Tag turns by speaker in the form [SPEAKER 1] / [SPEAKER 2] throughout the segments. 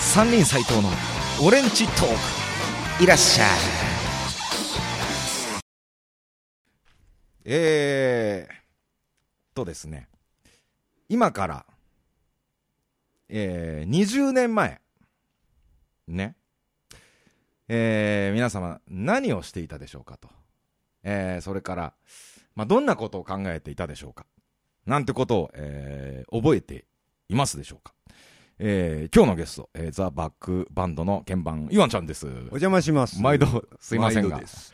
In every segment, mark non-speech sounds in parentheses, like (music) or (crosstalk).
[SPEAKER 1] 三人斎藤のオレンジトークいらっしゃいえー、とですね今からえー、20年前ねえー、皆様何をしていたでしょうかと、えー、それから、まあ、どんなことを考えていたでしょうかなんてことを、えー、覚えていますでしょうかえー、今日のゲスト、えー、ザ・バックバンドの鍵盤、イワンちゃんです。お
[SPEAKER 2] 邪魔します。
[SPEAKER 1] 毎度、すいませんが。
[SPEAKER 2] 毎度です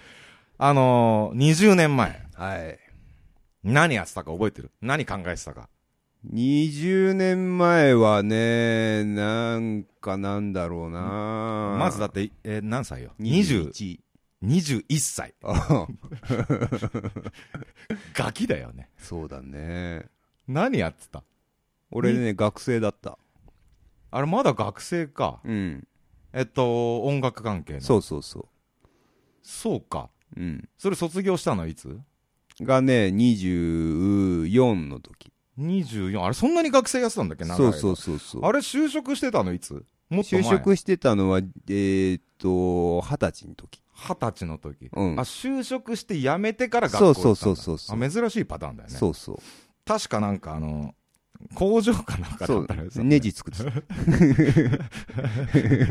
[SPEAKER 1] あのー、20年前、
[SPEAKER 2] はい。
[SPEAKER 1] 何やってたか覚えてる何考えてたか。
[SPEAKER 2] 20年前はね、なんかなんだろうな
[SPEAKER 1] まずだ
[SPEAKER 2] っ
[SPEAKER 1] って、えー何歳よ20
[SPEAKER 2] 21。
[SPEAKER 1] 21歳。
[SPEAKER 2] あ
[SPEAKER 1] ガキだよね。
[SPEAKER 2] (laughs) そうだね。
[SPEAKER 1] 何やってた
[SPEAKER 2] 俺ね、学生だった。
[SPEAKER 1] あれ、まだ学生か。
[SPEAKER 2] うん。
[SPEAKER 1] えっと、音楽関係の。
[SPEAKER 2] そうそうそ
[SPEAKER 1] そうか。
[SPEAKER 2] う。うん。
[SPEAKER 1] それ卒業したのいつ
[SPEAKER 2] がね、24の時。
[SPEAKER 1] ?24。あれ、そんなに学生やってたんだっけ長い
[SPEAKER 2] そ
[SPEAKER 1] 間
[SPEAKER 2] うそうそうそう。
[SPEAKER 1] あれ、就職してたのいつもっと前
[SPEAKER 2] 就職してたのは、えーっと、二十歳の時。
[SPEAKER 1] 二十歳の時、
[SPEAKER 2] うん
[SPEAKER 1] あ就職して辞めてから学校行ったんだ
[SPEAKER 2] そうそうそうそう
[SPEAKER 1] あ珍しいパターンだよね
[SPEAKER 2] そうそう。
[SPEAKER 1] 確かなんかあの工場かなんかだ
[SPEAKER 2] そ
[SPEAKER 1] っ
[SPEAKER 2] う
[SPEAKER 1] たら。
[SPEAKER 2] ネジ作ってた。
[SPEAKER 1] (laughs)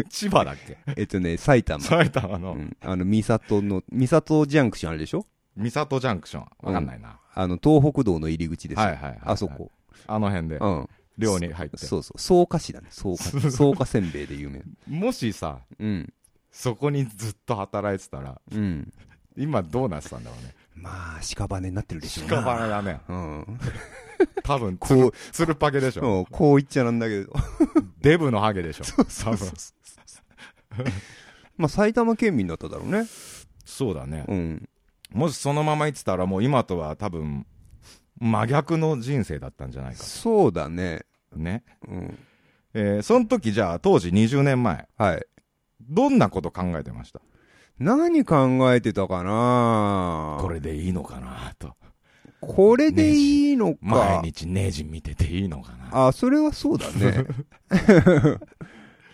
[SPEAKER 1] 千葉だっけ
[SPEAKER 2] えっとね、埼玉。
[SPEAKER 1] 埼玉
[SPEAKER 2] う
[SPEAKER 1] の
[SPEAKER 2] ん。あの、三郷の、三郷ジャンクションあれでしょ
[SPEAKER 1] 三郷ジャンクションわかんないな、
[SPEAKER 2] あの、東北道の入り口ですよ。
[SPEAKER 1] はいはいはいはい
[SPEAKER 2] あそこ。
[SPEAKER 1] あの辺で
[SPEAKER 2] うん。
[SPEAKER 1] 寮に入って
[SPEAKER 2] そうそう。草加市だね。草
[SPEAKER 1] (laughs)
[SPEAKER 2] 加。草加せんべいで有名。
[SPEAKER 1] もしさ
[SPEAKER 2] うん。
[SPEAKER 1] そこにずっと働いてたら
[SPEAKER 2] うん。
[SPEAKER 1] 今どうなってたんだろうね
[SPEAKER 2] まあ、屍になってるでしょうな。
[SPEAKER 1] 屍だね
[SPEAKER 2] うん。
[SPEAKER 1] 多分つ
[SPEAKER 2] こ
[SPEAKER 1] るつるパケでし
[SPEAKER 2] う、
[SPEAKER 1] ょ
[SPEAKER 2] うんこう言っちゃなんだけど。 (laughs)
[SPEAKER 1] デブのハゲでしょ多分
[SPEAKER 2] まあ、埼玉県民だっただろうね。
[SPEAKER 1] そうだね
[SPEAKER 2] うん。
[SPEAKER 1] もしそのまま言ってたらもう今とは多分真逆の人生だったんじゃないか
[SPEAKER 2] そうだね。
[SPEAKER 1] ね
[SPEAKER 2] うん。
[SPEAKER 1] えーその時じゃあ当時20年前
[SPEAKER 2] はい。
[SPEAKER 1] どんなこと考えてました
[SPEAKER 2] 何考えてたかな
[SPEAKER 1] こ。れでいいのかなと
[SPEAKER 2] これでいいの
[SPEAKER 1] 毎
[SPEAKER 2] か。
[SPEAKER 1] 日ネジ見てていいのかな
[SPEAKER 2] あ、それはそうだ
[SPEAKER 1] (laughs)
[SPEAKER 2] ね。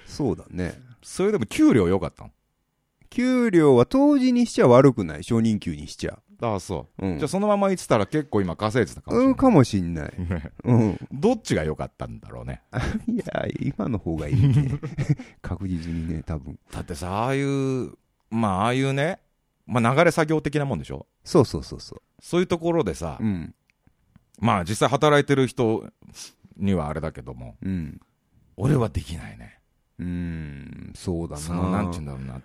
[SPEAKER 2] そうだね。
[SPEAKER 1] それでも給料良かったの
[SPEAKER 2] 給料は当時にしちゃ悪くない。承認給にしちゃ。
[SPEAKER 1] ああそう、
[SPEAKER 2] うん
[SPEAKER 1] じゃあそのまま言ってたら結構今稼いでたかもしれ
[SPEAKER 2] う
[SPEAKER 1] ない、
[SPEAKER 2] ん、かもしんない。
[SPEAKER 1] (laughs) ね
[SPEAKER 2] うん。
[SPEAKER 1] どっちが良かったんだろうね
[SPEAKER 2] いや、今の方がいいね。 (laughs) 確実にね、多分。
[SPEAKER 1] だってさああいうまあああいうね、まあ、流れ作業的なもんでしょ
[SPEAKER 2] そうそうそうそ
[SPEAKER 1] そういうところでさ、
[SPEAKER 2] う。うん。
[SPEAKER 1] まあ実際働いてる人にはあれだけども
[SPEAKER 2] うん。
[SPEAKER 1] 俺はできないね
[SPEAKER 2] うーん、そうだな。
[SPEAKER 1] そのなんて言うんだろうな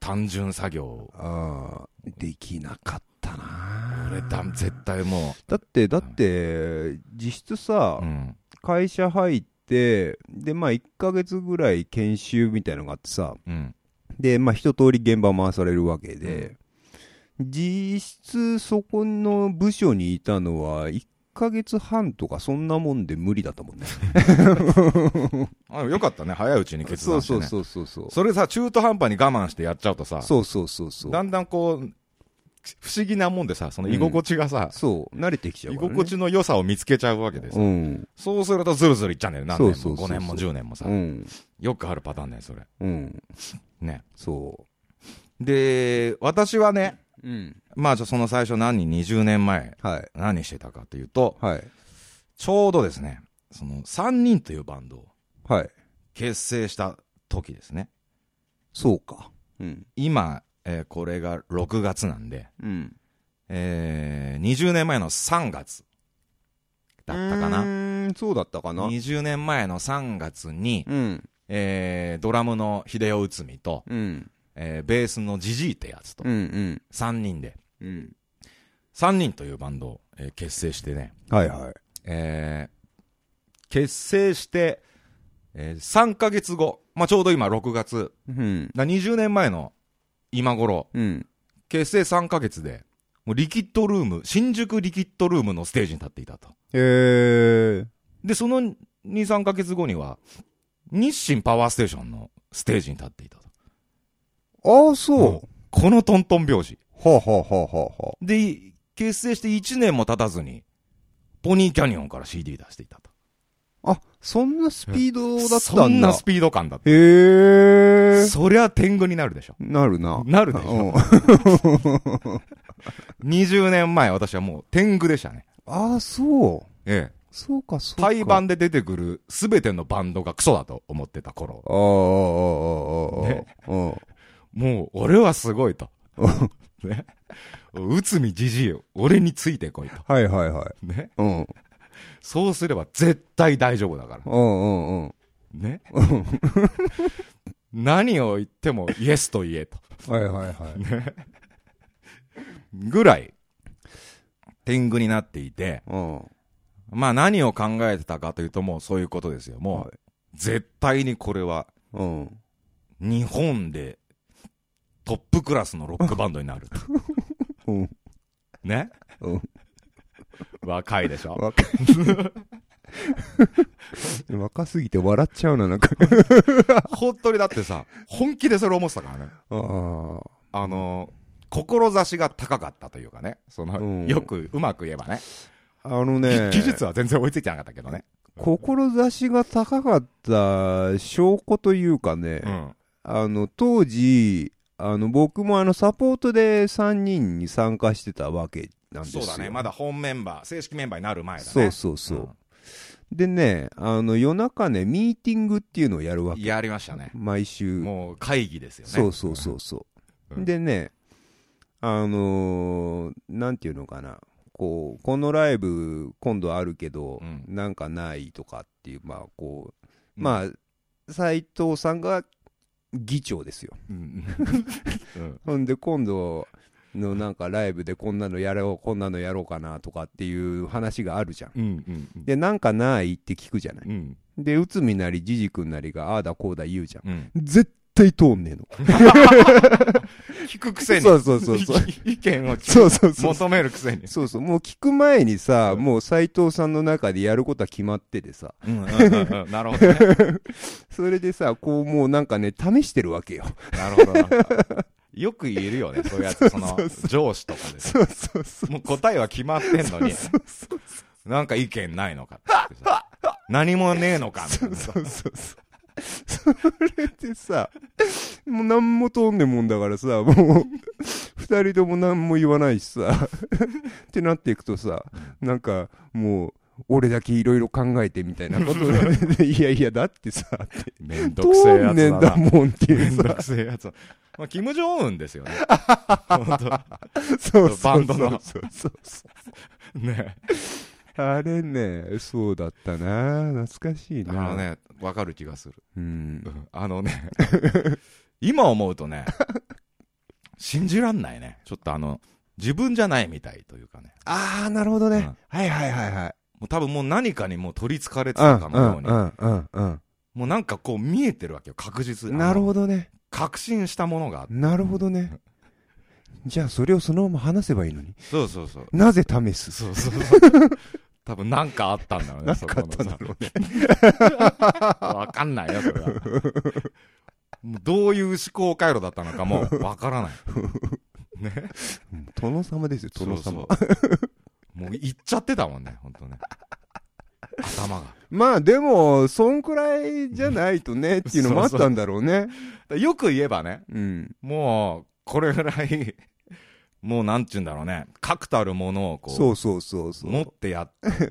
[SPEAKER 1] 単純作業
[SPEAKER 2] ああ、できなかったな。
[SPEAKER 1] 俺だ絶対も
[SPEAKER 2] だって、だって、実質さ
[SPEAKER 1] う、、うん、
[SPEAKER 2] 会社入って、で、まあ、1ヶ月ぐらい研修みたいのがあってさ、
[SPEAKER 1] うん、
[SPEAKER 2] で、まあ、一通り現場回されるわけで、実質、そこの部署にいたのは、1ヶ月半とか、そんなもんで無理だったもんね。
[SPEAKER 1] あよかったね早いうちに決
[SPEAKER 2] そ
[SPEAKER 1] 断
[SPEAKER 2] う
[SPEAKER 1] して、
[SPEAKER 2] そ
[SPEAKER 1] ね、
[SPEAKER 2] うそうそうそう。
[SPEAKER 1] それさ中途半端に我慢してやっちゃうとさ
[SPEAKER 2] そうそうそうそう。
[SPEAKER 1] だんだんこう不思議なもんでさその居心地がさ、
[SPEAKER 2] そう、慣れてきちゃう
[SPEAKER 1] 居
[SPEAKER 2] から、ね。
[SPEAKER 1] 心地の良さを見つけちゃうわけです、
[SPEAKER 2] うん。
[SPEAKER 1] そうするとズルズルいっちゃうんだよ何年も
[SPEAKER 2] そうそうそうそう
[SPEAKER 1] 5年も10年もさ、
[SPEAKER 2] うん。
[SPEAKER 1] よくあるパターンだよそれ
[SPEAKER 2] うん。
[SPEAKER 1] ね
[SPEAKER 2] そ
[SPEAKER 1] で私はね
[SPEAKER 2] う。うん。
[SPEAKER 1] まあじゃあその最初何20年前
[SPEAKER 2] はい。
[SPEAKER 1] 何してたかというと
[SPEAKER 2] はい。
[SPEAKER 1] ちょうどですねその3人というバンドを
[SPEAKER 2] はい。
[SPEAKER 1] 結成した時ですね
[SPEAKER 2] そうか。うん。
[SPEAKER 1] 今、えーこれが6月なんで、
[SPEAKER 2] うん。
[SPEAKER 1] えー20年前の3月だったか
[SPEAKER 2] う
[SPEAKER 1] な。
[SPEAKER 2] ーん、そうだったかな。
[SPEAKER 1] 20年前の3月に、
[SPEAKER 2] うん。
[SPEAKER 1] えードラムの秀夫内海と、
[SPEAKER 2] うん。
[SPEAKER 1] えーベースのジジイってやつと
[SPEAKER 2] うん。う、ん。
[SPEAKER 1] 3人で、
[SPEAKER 2] うん。
[SPEAKER 1] 3人というバンドを、えー結成してね、
[SPEAKER 2] はいはい。
[SPEAKER 1] えー結成して、え3ヶ月後、まあ、ちょうど今6月、
[SPEAKER 2] うん。
[SPEAKER 1] だ20年前の今頃、
[SPEAKER 2] うん。
[SPEAKER 1] 結成3ヶ月で、もうリキッドルーム、新宿リキッドルームのステージに立っていたと。
[SPEAKER 2] えー。
[SPEAKER 1] で、その2、3ヶ月後には、日清パワーステーションのステージに立っていたと。
[SPEAKER 2] ああ、そう。
[SPEAKER 1] うんこのトントン拍子。
[SPEAKER 2] はあ、はあはあはあはあ、
[SPEAKER 1] で、い結成して1年も経たずに、ポニーキャニオンから CD 出していたと。
[SPEAKER 2] あ、そんなスピードだったんだ。
[SPEAKER 1] そんなスピード感だって。
[SPEAKER 2] へー。
[SPEAKER 1] そりゃ天狗になるでしょ。
[SPEAKER 2] なるな。
[SPEAKER 1] なるでし
[SPEAKER 2] うん
[SPEAKER 1] ょ。20年前、私はもう天狗でしたね。
[SPEAKER 2] ああ、そう。
[SPEAKER 1] ええ。
[SPEAKER 2] そうか、そうか。
[SPEAKER 1] 対バンで出てくるすべてのバンドがクソだと思ってた頃。
[SPEAKER 2] ああ、ああ、ああ、ああ。
[SPEAKER 1] ね
[SPEAKER 2] うん。
[SPEAKER 1] もう、俺はすごいと。 (laughs) ね。内海じじい、俺についてこいと。
[SPEAKER 2] はいはいはい。
[SPEAKER 1] ね。
[SPEAKER 2] うん。うん
[SPEAKER 1] そうすれば絶対大丈夫だから。
[SPEAKER 2] うんうん。 (laughs)
[SPEAKER 1] ね。何を言ってもイエスと言えと。
[SPEAKER 2] はいはいはい。
[SPEAKER 1] ぐらい、天狗になっていて、
[SPEAKER 2] うん。
[SPEAKER 1] まあ何を考えてたかというともうそういうことですよ。もう、
[SPEAKER 2] はい
[SPEAKER 1] 絶対にこれは
[SPEAKER 2] うん。
[SPEAKER 1] 日本でトップクラスのロックバンドになる
[SPEAKER 2] (laughs)
[SPEAKER 1] と。
[SPEAKER 2] うん。
[SPEAKER 1] ね。
[SPEAKER 2] うん。
[SPEAKER 1] 若いで
[SPEAKER 2] (laughs)
[SPEAKER 1] しょ。
[SPEAKER 2] 若い。若すぎて笑っちゃうな、なんか。
[SPEAKER 1] 本当にだってさ、本気でそれ思ってたからね。
[SPEAKER 2] ああ。
[SPEAKER 1] あの志が高かったというかね。その、
[SPEAKER 2] うん
[SPEAKER 1] よく、うまく言えばね。
[SPEAKER 2] あのね。
[SPEAKER 1] 技術は全然追いついてなかったけどね。
[SPEAKER 2] 志が高かった証拠というかね、
[SPEAKER 1] うん。
[SPEAKER 2] あの当時あの僕もあのサポートで3人に参加してたわけなんですよ
[SPEAKER 1] そうだね。まだ本メンバー、正式メンバーになる前だね。
[SPEAKER 2] そうそうそう、でねあの夜中ねミーティングっていうのをやるわ
[SPEAKER 1] うん
[SPEAKER 2] け
[SPEAKER 1] やりましたね。
[SPEAKER 2] 毎週、
[SPEAKER 1] もう会議ですよね。
[SPEAKER 2] そうそうそうそう、
[SPEAKER 1] うん
[SPEAKER 2] でねあのーなんていうのかなこうこのライブ今度あるけど、
[SPEAKER 1] うん
[SPEAKER 2] なんかないとかっていうまあこう
[SPEAKER 1] うん
[SPEAKER 2] まあ斎藤さんが議長ですよ
[SPEAKER 1] うん。 (laughs) うん。
[SPEAKER 2] (laughs) ほんで今度のなんかライブでこんなのやろうこんなのやろうかなとかっていう話があるじゃん
[SPEAKER 1] うん。うん。うん。
[SPEAKER 2] でなんかないって聞くじゃない
[SPEAKER 1] うん。
[SPEAKER 2] で内海なりじじくんなりがああだこうだ言うじゃん
[SPEAKER 1] うん。
[SPEAKER 2] 絶対通んねえの
[SPEAKER 1] 聞くくせに。
[SPEAKER 2] そうそうそう (laughs) そう
[SPEAKER 1] (laughs) 意見を
[SPEAKER 2] そうそうそう
[SPEAKER 1] 求めるくせに。
[SPEAKER 2] そうそうもう聞く前にさ、
[SPEAKER 1] うん
[SPEAKER 2] もう斎藤さんの中でやることは決まっててさ
[SPEAKER 1] うん。うんうんうんなるほどね。
[SPEAKER 2] それでさこうもうなんかね試してるわけよ
[SPEAKER 1] なるほどな。よく言えるよね。そういうやつ、その、上司とかで。
[SPEAKER 2] そうそうそう
[SPEAKER 1] もう答えは決まってんのに、
[SPEAKER 2] そうそう
[SPEAKER 1] なんか意見ないのかってさ。何もねえのかみたいなさ
[SPEAKER 2] そうそうそう。それでさ、もう何も通んねえもんだからさ、もう、二人とも何も言わないしさ、ってなっていくとさ、なんかもう、俺だけいろいろ考えてみたいな (laughs) ことで、いやいや、だってさ、
[SPEAKER 1] めんどくせえ
[SPEAKER 2] 通
[SPEAKER 1] や
[SPEAKER 2] んねえ
[SPEAKER 1] つ
[SPEAKER 2] ん
[SPEAKER 1] だ
[SPEAKER 2] だ
[SPEAKER 1] な。
[SPEAKER 2] もんって
[SPEAKER 1] め
[SPEAKER 2] い
[SPEAKER 1] ん
[SPEAKER 2] う
[SPEAKER 1] ど
[SPEAKER 2] さ、
[SPEAKER 1] くせえやつ。まあ、キム・ジョンウンですよね。本
[SPEAKER 2] (laughs) そうそう
[SPEAKER 1] バンドの
[SPEAKER 2] そうそうそ
[SPEAKER 1] 当ね。
[SPEAKER 2] うあれね、そうだったな、懐かしい
[SPEAKER 1] あ
[SPEAKER 2] な。
[SPEAKER 1] のね、わかる気がする。
[SPEAKER 2] うん
[SPEAKER 1] う。んあのね、今思うとね、信じらんないね。ちょっとあの、自分じゃないみたいというかね。
[SPEAKER 2] ああ、なるほどね。
[SPEAKER 1] うん
[SPEAKER 2] はいはいはいはい。
[SPEAKER 1] もう多分もう何かにもう取りつかれて
[SPEAKER 2] う
[SPEAKER 1] た
[SPEAKER 2] ん
[SPEAKER 1] かのように
[SPEAKER 2] う。んうんうん
[SPEAKER 1] もうなんかこう見えてるわけよ、確実
[SPEAKER 2] う
[SPEAKER 1] に
[SPEAKER 2] ん。なるほどね。
[SPEAKER 1] 確信したものがあって。
[SPEAKER 2] なるほどね。じゃあ、それをそのまま話せばいいのに。
[SPEAKER 1] そうそうそう。
[SPEAKER 2] なぜ試す
[SPEAKER 1] そうそうそう。
[SPEAKER 2] (laughs)
[SPEAKER 1] 多分なんかあったんだろうね、
[SPEAKER 2] なんかあったんだろ
[SPEAKER 1] うね。わかんないよ、それは。もうどういう思考回路だったのかもわからない。ね。
[SPEAKER 2] うん殿様ですよ、殿様。
[SPEAKER 1] そうそうもう行っちゃってたもんね、本当ね。頭が。だか
[SPEAKER 2] まあ、でも、そんくらいじゃないとね、っていうのもあったんだろうね。
[SPEAKER 1] らよく言えばね、
[SPEAKER 2] うん。
[SPEAKER 1] もう、これぐらい、もうなんちゅうんだろうね、確たるものをこう、
[SPEAKER 2] そうそうそうそう。
[SPEAKER 1] 持ってや、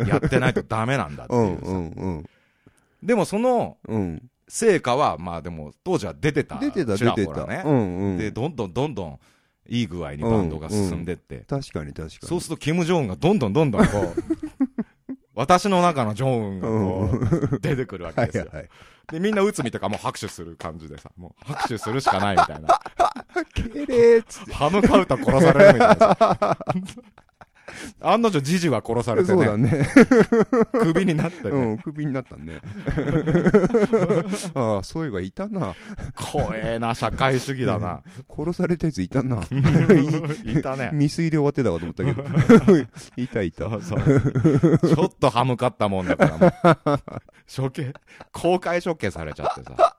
[SPEAKER 1] やってないとダメなんだって
[SPEAKER 2] う
[SPEAKER 1] い
[SPEAKER 2] ん
[SPEAKER 1] うさ
[SPEAKER 2] うんうん。
[SPEAKER 1] でもその
[SPEAKER 2] うん。
[SPEAKER 1] 成果は、まあでも、当時は出てた。
[SPEAKER 2] 出てた、
[SPEAKER 1] ち
[SPEAKER 2] 出
[SPEAKER 1] ら
[SPEAKER 2] て
[SPEAKER 1] ほ
[SPEAKER 2] た
[SPEAKER 1] ら。ね。
[SPEAKER 2] うんうん。
[SPEAKER 1] で、どんどんどんどん、いい具合にバンドが進んでって、
[SPEAKER 2] 確かに確かに。
[SPEAKER 1] そうすると、キム・ジョンウンがどんどんどんどんこう、
[SPEAKER 2] (laughs)
[SPEAKER 1] 私の中のジョンウンがこう、 (laughs) 出てくるわけ
[SPEAKER 2] は
[SPEAKER 1] です
[SPEAKER 2] い
[SPEAKER 1] よ。
[SPEAKER 2] はい。
[SPEAKER 1] で、みんな内海とかもう拍手する感じでさ、もう拍手するしかないみたい
[SPEAKER 2] (laughs)
[SPEAKER 1] な。
[SPEAKER 2] けれーっつっ
[SPEAKER 1] 歯向かうと殺されるみたいなさ。案の定、ジジは殺され
[SPEAKER 2] て。
[SPEAKER 1] て
[SPEAKER 2] そうだ
[SPEAKER 1] ね、
[SPEAKER 2] ね。
[SPEAKER 1] クビになって
[SPEAKER 2] う
[SPEAKER 1] ね、
[SPEAKER 2] ん、クビになっ
[SPEAKER 1] (laughs)
[SPEAKER 2] たね。ああ、そういえばいたな。
[SPEAKER 1] 怖えな、社会主義だな。
[SPEAKER 2] 殺されたやついたな。
[SPEAKER 1] (laughs) いたね。
[SPEAKER 2] 未遂で終わってたかと思った
[SPEAKER 1] (laughs)
[SPEAKER 2] けど。いたいた。
[SPEAKER 1] そうそう。
[SPEAKER 2] (laughs)
[SPEAKER 1] ちょっと歯向かったもんだからもう、処刑、公開処刑されちゃってさ、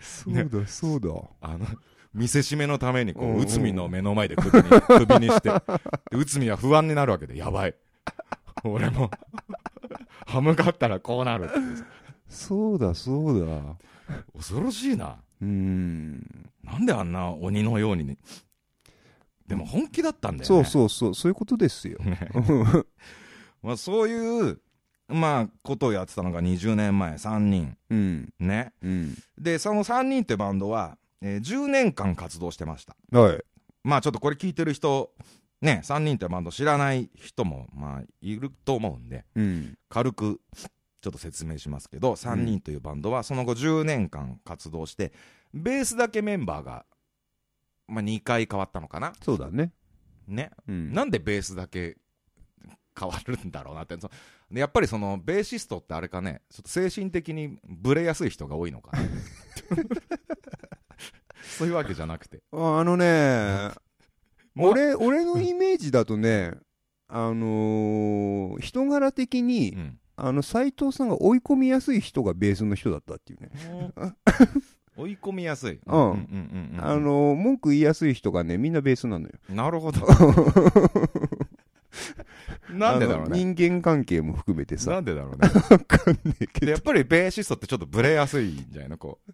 [SPEAKER 2] そうだ、そうだ。
[SPEAKER 1] あの、見せしめのために、こ
[SPEAKER 2] うん
[SPEAKER 1] う、
[SPEAKER 2] うん
[SPEAKER 1] 内海の目の前で首に、 (laughs) 首にして、で内海は不安になるわけで、やばい。俺も、歯向かったらこうなるっていうさ
[SPEAKER 2] そうだそうだ
[SPEAKER 1] 恐ろしいな
[SPEAKER 2] うん
[SPEAKER 1] なんであんな鬼のようにねでも本気だったんだよね
[SPEAKER 2] そうそうそうそういうことですよ
[SPEAKER 1] まあ、そういう、まあ、ことをやってたのが20年前3人
[SPEAKER 2] うん
[SPEAKER 1] ね
[SPEAKER 2] うん
[SPEAKER 1] でその3人ってバンドは、えー10年間活動してました
[SPEAKER 2] はい
[SPEAKER 1] まあちょっとこれ聞いてる人ね3人ってバンド知らない人もまあいると思うんで
[SPEAKER 2] うん
[SPEAKER 1] 軽くちょっと説明しますけど3人というバンドはその後10年間活動してベースだけメンバーが、まあ、2回変わったのかな
[SPEAKER 2] そうだね
[SPEAKER 1] ね
[SPEAKER 2] うん
[SPEAKER 1] なんでベースだけ変わるんだろうなって、そのでやっぱりそのベーシストってあれかね、ちょっと精神的にブレやすい人が多いのかな (laughs) そういうわけじゃなくて、
[SPEAKER 2] ああのね
[SPEAKER 1] もう
[SPEAKER 2] 俺俺のイメージだとねあのー人柄的に、
[SPEAKER 1] うん、
[SPEAKER 2] あの斎藤さんが追い込みやすい人がベースの人だったっていうね、
[SPEAKER 1] (laughs) 追い込みやすい、
[SPEAKER 2] うん
[SPEAKER 1] うんうんうん
[SPEAKER 2] あのー文句言いやすい人がねみんなベースなのよ
[SPEAKER 1] なるほど、なんでだろう
[SPEAKER 2] あ
[SPEAKER 1] ね、
[SPEAKER 2] の人間関係も含めてさ
[SPEAKER 1] なんでだろうね、
[SPEAKER 2] わかんねえけ
[SPEAKER 1] で
[SPEAKER 2] ど
[SPEAKER 1] やっぱりベーシストってちょっとブレやすいんじゃないの、こう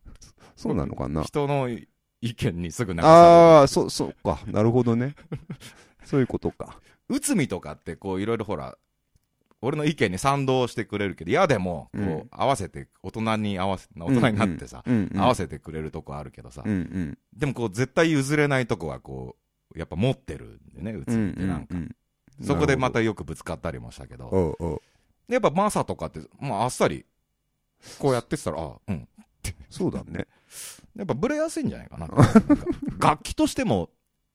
[SPEAKER 2] そうなのかな
[SPEAKER 1] 人の意見にすぐ流さ
[SPEAKER 2] ああーそう (laughs) そうかなるほど
[SPEAKER 1] (laughs)
[SPEAKER 2] ねそういうことか
[SPEAKER 1] れる、内海とかって、こういろいろほら、俺の意見に賛同してくれるけど、嫌でも、こう、
[SPEAKER 2] うん
[SPEAKER 1] 合わせて、大人に合わせ、大人になってさ、
[SPEAKER 2] うんうん
[SPEAKER 1] 合わせてくれるとこあるけどさ、
[SPEAKER 2] うんうん
[SPEAKER 1] でもこう、絶対譲れないとこは、こう、やっぱ持ってるんでね、うつ
[SPEAKER 2] う
[SPEAKER 1] っ
[SPEAKER 2] ん
[SPEAKER 1] て
[SPEAKER 2] うん
[SPEAKER 1] なんか。
[SPEAKER 2] うん
[SPEAKER 1] そこでまた
[SPEAKER 2] なる
[SPEAKER 1] よくぶつかったりもしたけど、
[SPEAKER 2] ほどおうおう
[SPEAKER 1] やっぱマサとかって、まあ、あっさり、こうやってたら、あうん。
[SPEAKER 2] そうだね
[SPEAKER 1] やっぱブレやすいんじゃないか
[SPEAKER 2] (laughs)
[SPEAKER 1] な。なんか楽器としても、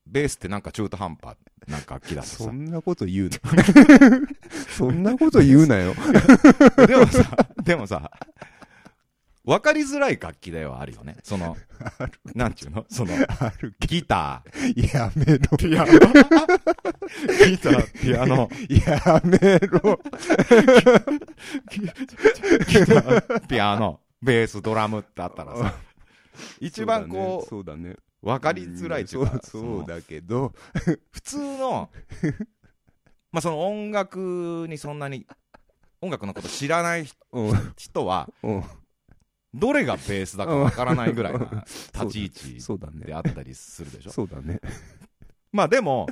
[SPEAKER 1] ベースってなんか中途半端な楽器だしさ
[SPEAKER 2] そ。んなこと言うな
[SPEAKER 1] (laughs)
[SPEAKER 2] そんなこと言うなよ
[SPEAKER 1] でもさ、でもさ、分かりづらい楽器ではあるよね。その、なんちゅうのその、
[SPEAKER 2] ある
[SPEAKER 1] ギタ
[SPEAKER 2] やめろ
[SPEAKER 1] ー、ピアノ、ギター、ピアノ、
[SPEAKER 2] やめろ
[SPEAKER 1] ギター、ピアノ、ベース、ドラムってあったらさ、一番こう、
[SPEAKER 2] そうだね
[SPEAKER 1] 分かりづらいっていうか、
[SPEAKER 2] そう
[SPEAKER 1] そ
[SPEAKER 2] そう
[SPEAKER 1] の
[SPEAKER 2] だけど
[SPEAKER 1] 普通の、まあその音楽にそんなに、音楽のこと知らない人
[SPEAKER 2] うん
[SPEAKER 1] 人は、
[SPEAKER 2] うん
[SPEAKER 1] どれがベースだか分からないぐらいな立ち位置
[SPEAKER 2] そうだ
[SPEAKER 1] で
[SPEAKER 2] ね
[SPEAKER 1] あったりするでしょ
[SPEAKER 2] そうだね
[SPEAKER 1] まあでも、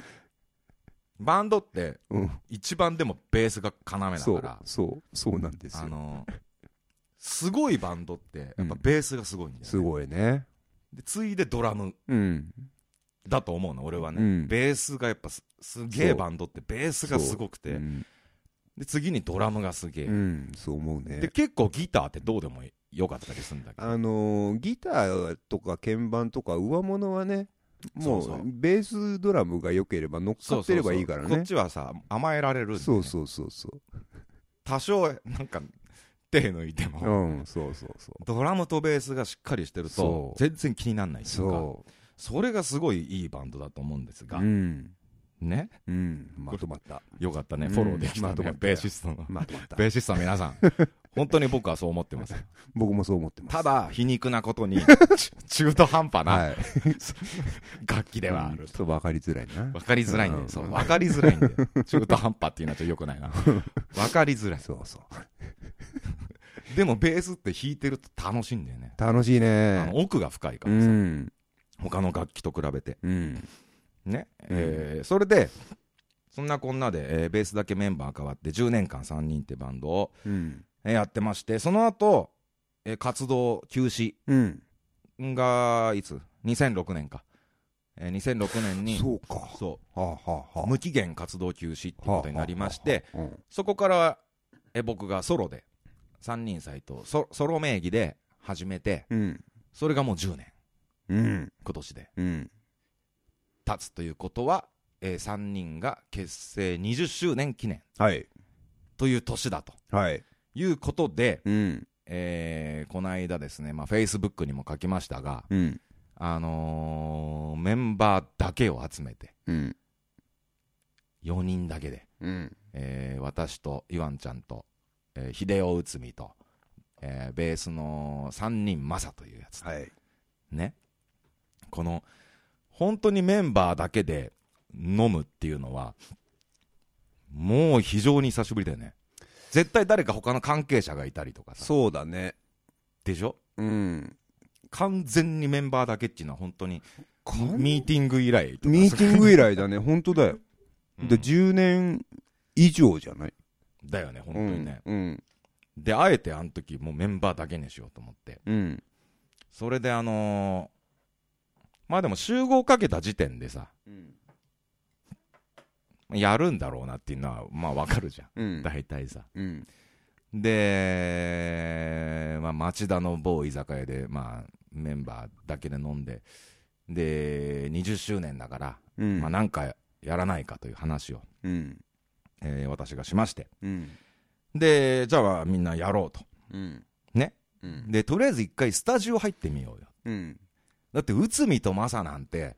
[SPEAKER 1] バンドって
[SPEAKER 2] うん
[SPEAKER 1] 一番でもベースが要だ
[SPEAKER 2] そ
[SPEAKER 1] か
[SPEAKER 2] う
[SPEAKER 1] ら、
[SPEAKER 2] そうそうなんです
[SPEAKER 1] あ
[SPEAKER 2] よ
[SPEAKER 1] の、すごいバンドって、やっぱベースがすごいんだよね、
[SPEAKER 2] すごいね
[SPEAKER 1] で、次いでドラム
[SPEAKER 2] うん
[SPEAKER 1] だと思うの、俺はね。
[SPEAKER 2] うん
[SPEAKER 1] ベースがやっぱすすげえバンドって、ベースがすごく
[SPEAKER 2] う
[SPEAKER 1] て、
[SPEAKER 2] ん
[SPEAKER 1] で、次にドラムがすげえ。
[SPEAKER 2] うんそう思う
[SPEAKER 1] で、
[SPEAKER 2] ね
[SPEAKER 1] 結構ギターってどうでもよかったりするんだけど。
[SPEAKER 2] あのーギターとか鍵盤とか上物はねも
[SPEAKER 1] そうそう
[SPEAKER 2] うベースドラムが良ければ乗っか
[SPEAKER 1] そう
[SPEAKER 2] って
[SPEAKER 1] そう
[SPEAKER 2] れ
[SPEAKER 1] そ
[SPEAKER 2] ば
[SPEAKER 1] う
[SPEAKER 2] いいから
[SPEAKER 1] こっ
[SPEAKER 2] ね
[SPEAKER 1] ちはさ、甘えられるんだよね
[SPEAKER 2] そうそうそうそう
[SPEAKER 1] 多少、なんか、手抜いても、
[SPEAKER 2] うんそうそうそ
[SPEAKER 1] ドラムとベースがしっかりしてると
[SPEAKER 2] そ、う
[SPEAKER 1] 全然気にならないうというか、
[SPEAKER 2] そ
[SPEAKER 1] それがすごいいいバンドだと思うんです
[SPEAKER 2] う
[SPEAKER 1] が、
[SPEAKER 2] うん
[SPEAKER 1] ね、
[SPEAKER 2] うんまとまった
[SPEAKER 1] よかったね、
[SPEAKER 2] うん
[SPEAKER 1] フォローできた
[SPEAKER 2] まとま
[SPEAKER 1] ね
[SPEAKER 2] っ、た
[SPEAKER 1] ベーシスト
[SPEAKER 2] (laughs)
[SPEAKER 1] の。
[SPEAKER 2] まとまった
[SPEAKER 1] ベーシストの皆さん、本当に僕はそう思って
[SPEAKER 2] (laughs)
[SPEAKER 1] ます。
[SPEAKER 2] 僕もそう思ってます
[SPEAKER 1] ただ、皮肉なこと
[SPEAKER 2] (laughs)
[SPEAKER 1] に、ち中途半端な
[SPEAKER 2] はい
[SPEAKER 1] 楽器ではあ
[SPEAKER 2] う
[SPEAKER 1] る
[SPEAKER 2] んちょ。っと分かりづらいな
[SPEAKER 1] わかりづらいんだよ。
[SPEAKER 2] うん
[SPEAKER 1] そう、わかりづらいんだよ。中途半端っていうのはちょっと良くないな。わかりづらい。
[SPEAKER 2] そうそう
[SPEAKER 1] でも、ベースって弾いてると楽しいんだよね。
[SPEAKER 2] 楽しい
[SPEAKER 1] あの
[SPEAKER 2] ね
[SPEAKER 1] 奥が深いか
[SPEAKER 2] う
[SPEAKER 1] らさ、
[SPEAKER 2] ん
[SPEAKER 1] 他の楽器と比べて。
[SPEAKER 2] うん
[SPEAKER 1] ね、えーそれでそんなこんなで、えーベースだけメンバー変わって10年間3人ってバンドを、
[SPEAKER 2] うん
[SPEAKER 1] えーやってましてその後、えー活動休止
[SPEAKER 2] うん
[SPEAKER 1] がいつ2006年か、えー2006年に
[SPEAKER 2] そうか
[SPEAKER 1] そ
[SPEAKER 2] はあはあ
[SPEAKER 1] う
[SPEAKER 2] はあ
[SPEAKER 1] 無期限活動休止ってことになりまして、
[SPEAKER 2] うん
[SPEAKER 1] そこから、えー僕がソロで3人サイトソソロ名義で始めて
[SPEAKER 2] うん
[SPEAKER 1] それがもう10年
[SPEAKER 2] うん
[SPEAKER 1] 今年で
[SPEAKER 2] うん
[SPEAKER 1] 経つということは、え3人が結成20周年記念
[SPEAKER 2] はい
[SPEAKER 1] という年だと
[SPEAKER 2] はい
[SPEAKER 1] いうことで、
[SPEAKER 2] うん
[SPEAKER 1] えーこの間ですね、まあ、Facebook にも書きましたが、
[SPEAKER 2] うん
[SPEAKER 1] あのーメンバーだけを集めて、
[SPEAKER 2] うん
[SPEAKER 1] 4人だけで、
[SPEAKER 2] うん
[SPEAKER 1] えー私とイワンちゃんと、えー、秀夫内海と、えーベースの3人マサというやつ、
[SPEAKER 2] はい
[SPEAKER 1] ね。この、本当にメンバーだけで飲むっていうのは、もう非常に久しぶりだよね。絶対誰か他の関係者がいたりとかさ
[SPEAKER 2] そうだね
[SPEAKER 1] でしょ
[SPEAKER 2] うん
[SPEAKER 1] 完全にメンバーだけっていうのは本当にミーティング以来とか
[SPEAKER 2] ミーティング以来だね (laughs) 本当だよ、
[SPEAKER 1] うん
[SPEAKER 2] で10年以上じゃない
[SPEAKER 1] だよね本当
[SPEAKER 2] うん
[SPEAKER 1] にね、
[SPEAKER 2] うん
[SPEAKER 1] であえてあの時もうメンバーだけにしようと思って
[SPEAKER 2] うん
[SPEAKER 1] それであのーまあでも集合かけた時点でさ
[SPEAKER 2] うん
[SPEAKER 1] やるんだろうなっていうのはまあわかるじゃ
[SPEAKER 2] うんん
[SPEAKER 1] (laughs) 大体さ
[SPEAKER 2] うん
[SPEAKER 1] で、まあ、町田の某居酒屋で、まあ、メンバーだけで飲んでで20周年だから、
[SPEAKER 2] うん
[SPEAKER 1] まあ、なんかやらないかという話を、
[SPEAKER 2] うん
[SPEAKER 1] えー私がしまして
[SPEAKER 2] うん
[SPEAKER 1] でじゃあみんなやろうと
[SPEAKER 2] うん
[SPEAKER 1] ね
[SPEAKER 2] うん
[SPEAKER 1] でとりあえず一回スタジオ入ってみようよ
[SPEAKER 2] うん
[SPEAKER 1] だって内海とマサなんて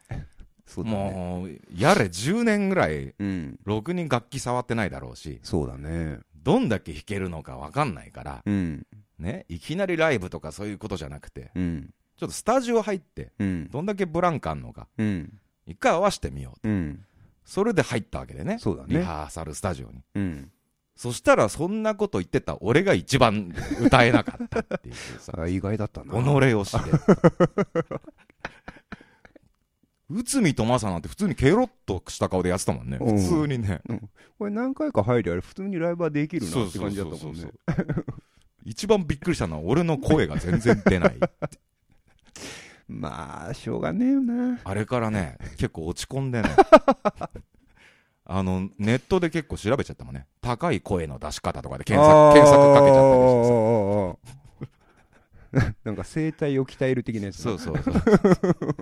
[SPEAKER 2] そうだね
[SPEAKER 1] もうやれ10年ぐらい
[SPEAKER 2] うん
[SPEAKER 1] ろくに楽器触ってないだろうし
[SPEAKER 2] そうだね
[SPEAKER 1] どんだけ弾けるのか分かんないから、
[SPEAKER 2] うん
[SPEAKER 1] ね、いきなりライブとかそういうことじゃなくて
[SPEAKER 2] うん
[SPEAKER 1] ちょっとスタジオ入って
[SPEAKER 2] うん
[SPEAKER 1] どんだけブランクあんのか
[SPEAKER 2] うん
[SPEAKER 1] 一回合わせてみよう
[SPEAKER 2] うん
[SPEAKER 1] それで入ったわけでね
[SPEAKER 2] そうだ
[SPEAKER 1] リ
[SPEAKER 2] ね
[SPEAKER 1] ハーサルスタジオに
[SPEAKER 2] うん
[SPEAKER 1] そしたらそんなこと言ってた俺が一番歌えなかったっていう
[SPEAKER 2] (laughs)
[SPEAKER 1] さ
[SPEAKER 2] あ意外だったな
[SPEAKER 1] 己を
[SPEAKER 2] (laughs)
[SPEAKER 1] して内海とマサなんて普通にケロッとした顔でやってたもんね
[SPEAKER 2] うん
[SPEAKER 1] 普通にね
[SPEAKER 2] これ何回か入りゃあれ普通にライブはできるなって感じだった
[SPEAKER 1] そ
[SPEAKER 2] も
[SPEAKER 1] うんそうそ
[SPEAKER 2] ね
[SPEAKER 1] うそう (laughs) 一番びっくりしたのは俺の声が全然出
[SPEAKER 2] (laughs)
[SPEAKER 1] ない
[SPEAKER 2] まあしょうがねえよな
[SPEAKER 1] あれからね、結構落ち込ん
[SPEAKER 2] (laughs)
[SPEAKER 1] でね。あの、ネットで結構調べちゃったもんね。高い声の出し方とかで検索、検索かけちゃったりして
[SPEAKER 2] あーあーあーあー (laughs) なんか声帯を鍛える的なやつ
[SPEAKER 1] さ
[SPEAKER 2] な
[SPEAKER 1] そうそうそう。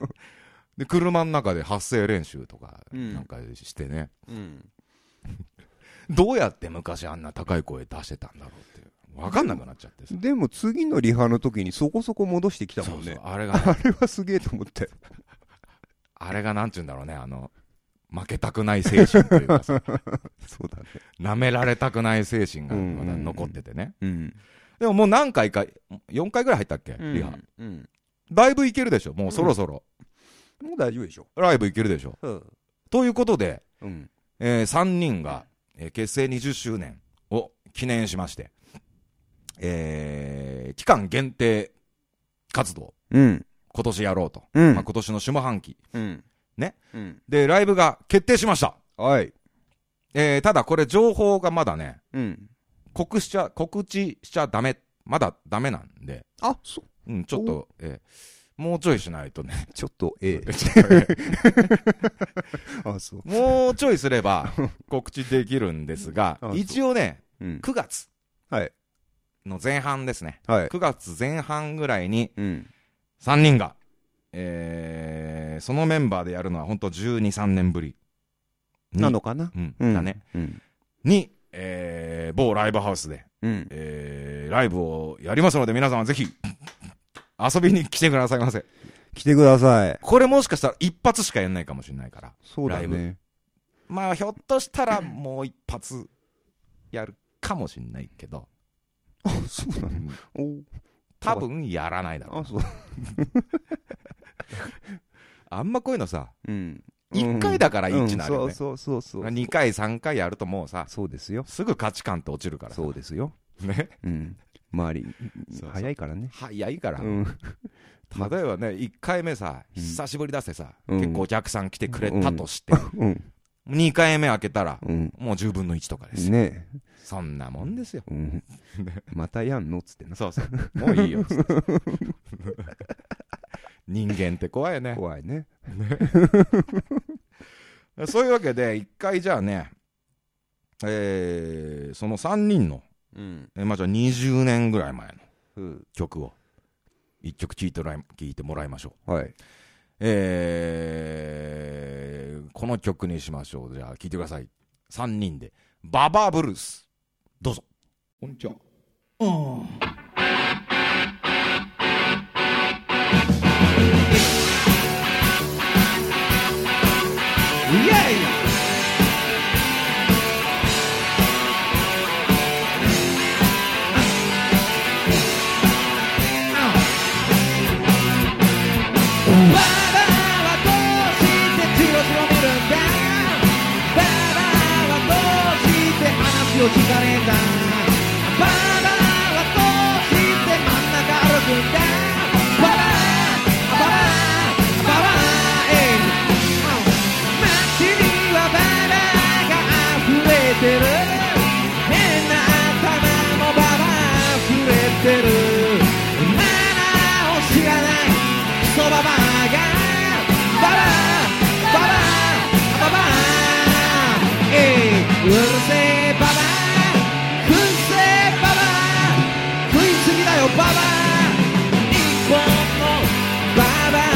[SPEAKER 1] で、車の中で発声練習とか、
[SPEAKER 2] うん
[SPEAKER 1] なんかしてね、
[SPEAKER 2] うん
[SPEAKER 1] どうやって昔あんな高い声出してたんだろうっていう。わかんなくなっちゃってさ。
[SPEAKER 2] でも次のリハの時にそこそこ戻してきた
[SPEAKER 1] そ
[SPEAKER 2] もん
[SPEAKER 1] うそう
[SPEAKER 2] ね。
[SPEAKER 1] あれがね、
[SPEAKER 2] あれはすげえと思って。
[SPEAKER 1] あれがなんちゅうんだろうね、あの、負けたくない精神というかさ、
[SPEAKER 2] そうだね。
[SPEAKER 1] 舐められたくない精神がまだ
[SPEAKER 2] うんうんうん
[SPEAKER 1] 残っててね。
[SPEAKER 2] うん。
[SPEAKER 1] でももう何回か、4回ぐらい入ったっけ、リハ。
[SPEAKER 2] うん。
[SPEAKER 1] だいぶいけるでしょ、もうそろそろ、
[SPEAKER 2] もう大丈夫でしょ。
[SPEAKER 1] ライブいけるでしょ。
[SPEAKER 2] うん。
[SPEAKER 1] ということで、
[SPEAKER 2] うん。
[SPEAKER 1] え3人が、えー結成20周年を記念しまして、えー期間限定活動、
[SPEAKER 2] うん。
[SPEAKER 1] 今年やろうと、
[SPEAKER 2] うん
[SPEAKER 1] まあ、今年の下半期、
[SPEAKER 2] うん。
[SPEAKER 1] ね。
[SPEAKER 2] うん。
[SPEAKER 1] で、ライブが決定しました、
[SPEAKER 2] はい。
[SPEAKER 1] えーただこれ、情報がまだね、
[SPEAKER 2] うん。
[SPEAKER 1] 告知しちゃ告知しちゃだめ、まだだめなんで、
[SPEAKER 2] あ、そ
[SPEAKER 1] うん、ちょっと、えーもうちょいしないとね、 (laughs)
[SPEAKER 2] ちょっと、え (laughs) あ、そう。
[SPEAKER 1] もうちょいすれ
[SPEAKER 2] (laughs)
[SPEAKER 1] ば告知できるんですが
[SPEAKER 2] あそ、う
[SPEAKER 1] 一応ね、
[SPEAKER 2] うん。
[SPEAKER 1] 9月
[SPEAKER 2] はい。
[SPEAKER 1] の前半ですね、
[SPEAKER 2] はい。
[SPEAKER 1] 9月前半ぐらいに
[SPEAKER 2] うん。
[SPEAKER 1] 3人が、えーそのメンバーでやるのは本当12、3年ぶりに
[SPEAKER 2] なのかな
[SPEAKER 1] うん
[SPEAKER 2] うん。
[SPEAKER 1] だね、。
[SPEAKER 2] うん。
[SPEAKER 1] に、えー某ライブハウスで、
[SPEAKER 2] うん。
[SPEAKER 1] えーライブをやりますので、皆様ぜひ遊びに来てくださいませ。
[SPEAKER 2] 来てください。
[SPEAKER 1] これもしかしたら一発しかやんないかもしれないから、
[SPEAKER 2] そうだ
[SPEAKER 1] ライ
[SPEAKER 2] ね。
[SPEAKER 1] まあひょっとしたらもう一発やるかもしれないけど、
[SPEAKER 2] あ、そうなのお
[SPEAKER 1] 多分やらないだろうな
[SPEAKER 2] あ、そう。
[SPEAKER 1] あんまこういうのさ、
[SPEAKER 2] うん。
[SPEAKER 1] 1回だからいいっちなるよ
[SPEAKER 2] うん
[SPEAKER 1] ね。
[SPEAKER 2] そうそうそうそう。
[SPEAKER 1] 2回、3回やるともうさ、
[SPEAKER 2] そうですよ。
[SPEAKER 1] すぐ価値観って落ちるからさ
[SPEAKER 2] そうですよ。
[SPEAKER 1] ね。
[SPEAKER 2] うん。周り
[SPEAKER 1] そうそう、
[SPEAKER 2] 早いからね。
[SPEAKER 1] 早いから。
[SPEAKER 2] うん。
[SPEAKER 1] 例えばね、1回目さ、
[SPEAKER 2] うん
[SPEAKER 1] 久しぶりだしてさ、
[SPEAKER 2] うん
[SPEAKER 1] 結構お客さん来てくれたとして、
[SPEAKER 2] うん。
[SPEAKER 1] 2回目開けたら、
[SPEAKER 2] うん。
[SPEAKER 1] もう10分の1とかですよ。
[SPEAKER 2] ね
[SPEAKER 1] そんなもんですよ。
[SPEAKER 2] え。うん。またやんのっつってな。
[SPEAKER 1] そうそう。もういいよ。 (laughs) つって人間って怖いよね。
[SPEAKER 2] 怖いね。
[SPEAKER 1] そういうわけで、一回じゃあね、えーその3人の、
[SPEAKER 2] うん。
[SPEAKER 1] えーまあじゃあ20年ぐらい前の
[SPEAKER 2] うん。
[SPEAKER 1] 曲を、一曲聴いてもらい聴いてもらいましょう。
[SPEAKER 2] はい。
[SPEAKER 1] えーこの曲にしましょう。じゃあ聴いてください。3人で、ババアブルース。どうぞ。
[SPEAKER 2] こんにちは。
[SPEAKER 3] 「ババアは
[SPEAKER 1] イエ
[SPEAKER 3] どうして強しを見るんだ」「ババアはどうして話を聞かねえんだ」
[SPEAKER 4] てる変な頭もババア溢れてるマナーを知らないクソババアがババアババアババアえいうるせえババアくんせえババア食いすぎだよババア日本のババア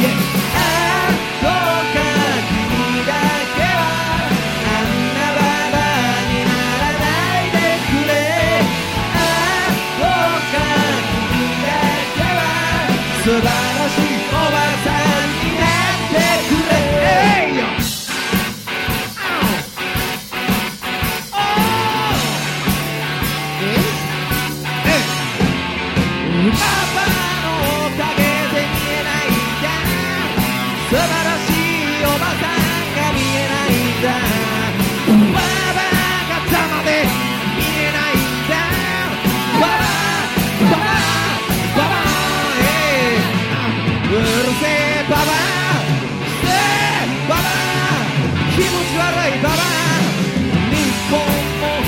[SPEAKER 4] Yeah. あのガキだけはあのババアにならないでくれあのガキだけは素晴らしいおばさんになってくれ Hey! パパのおかげで見えないんだ素晴らしいおばさんになってくれが見えないんだババが頭で見えないんだバババババえーうるせえババうるせえババ気持ち悪いババ日本も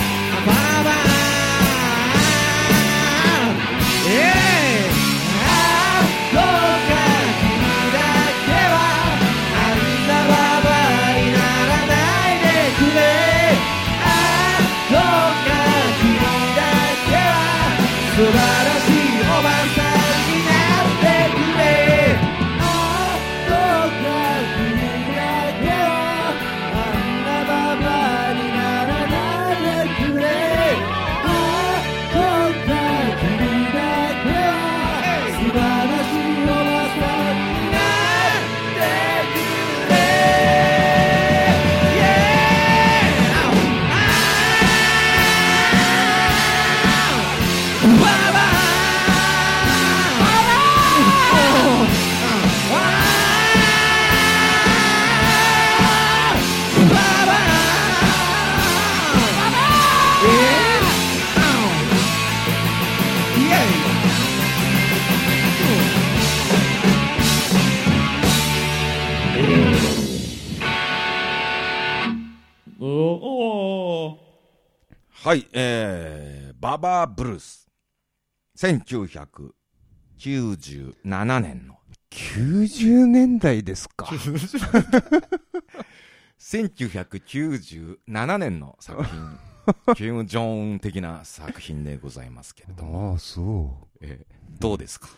[SPEAKER 4] ババ Yeah! あのガキだけはあのババアババアババアにならないでくれあのガキだけは素晴らしいおばさんになってくれあのガキだけはあんなババアにならないでくれあのガキ Oh,
[SPEAKER 1] はい、えー、ババアブルース。1997年の。
[SPEAKER 2] 90年代で
[SPEAKER 1] (laughs)
[SPEAKER 2] すか。
[SPEAKER 1] 1997年の作品。キム・ジョン的な作品でございますけれども、
[SPEAKER 2] ああ、そう。
[SPEAKER 1] えーどうですか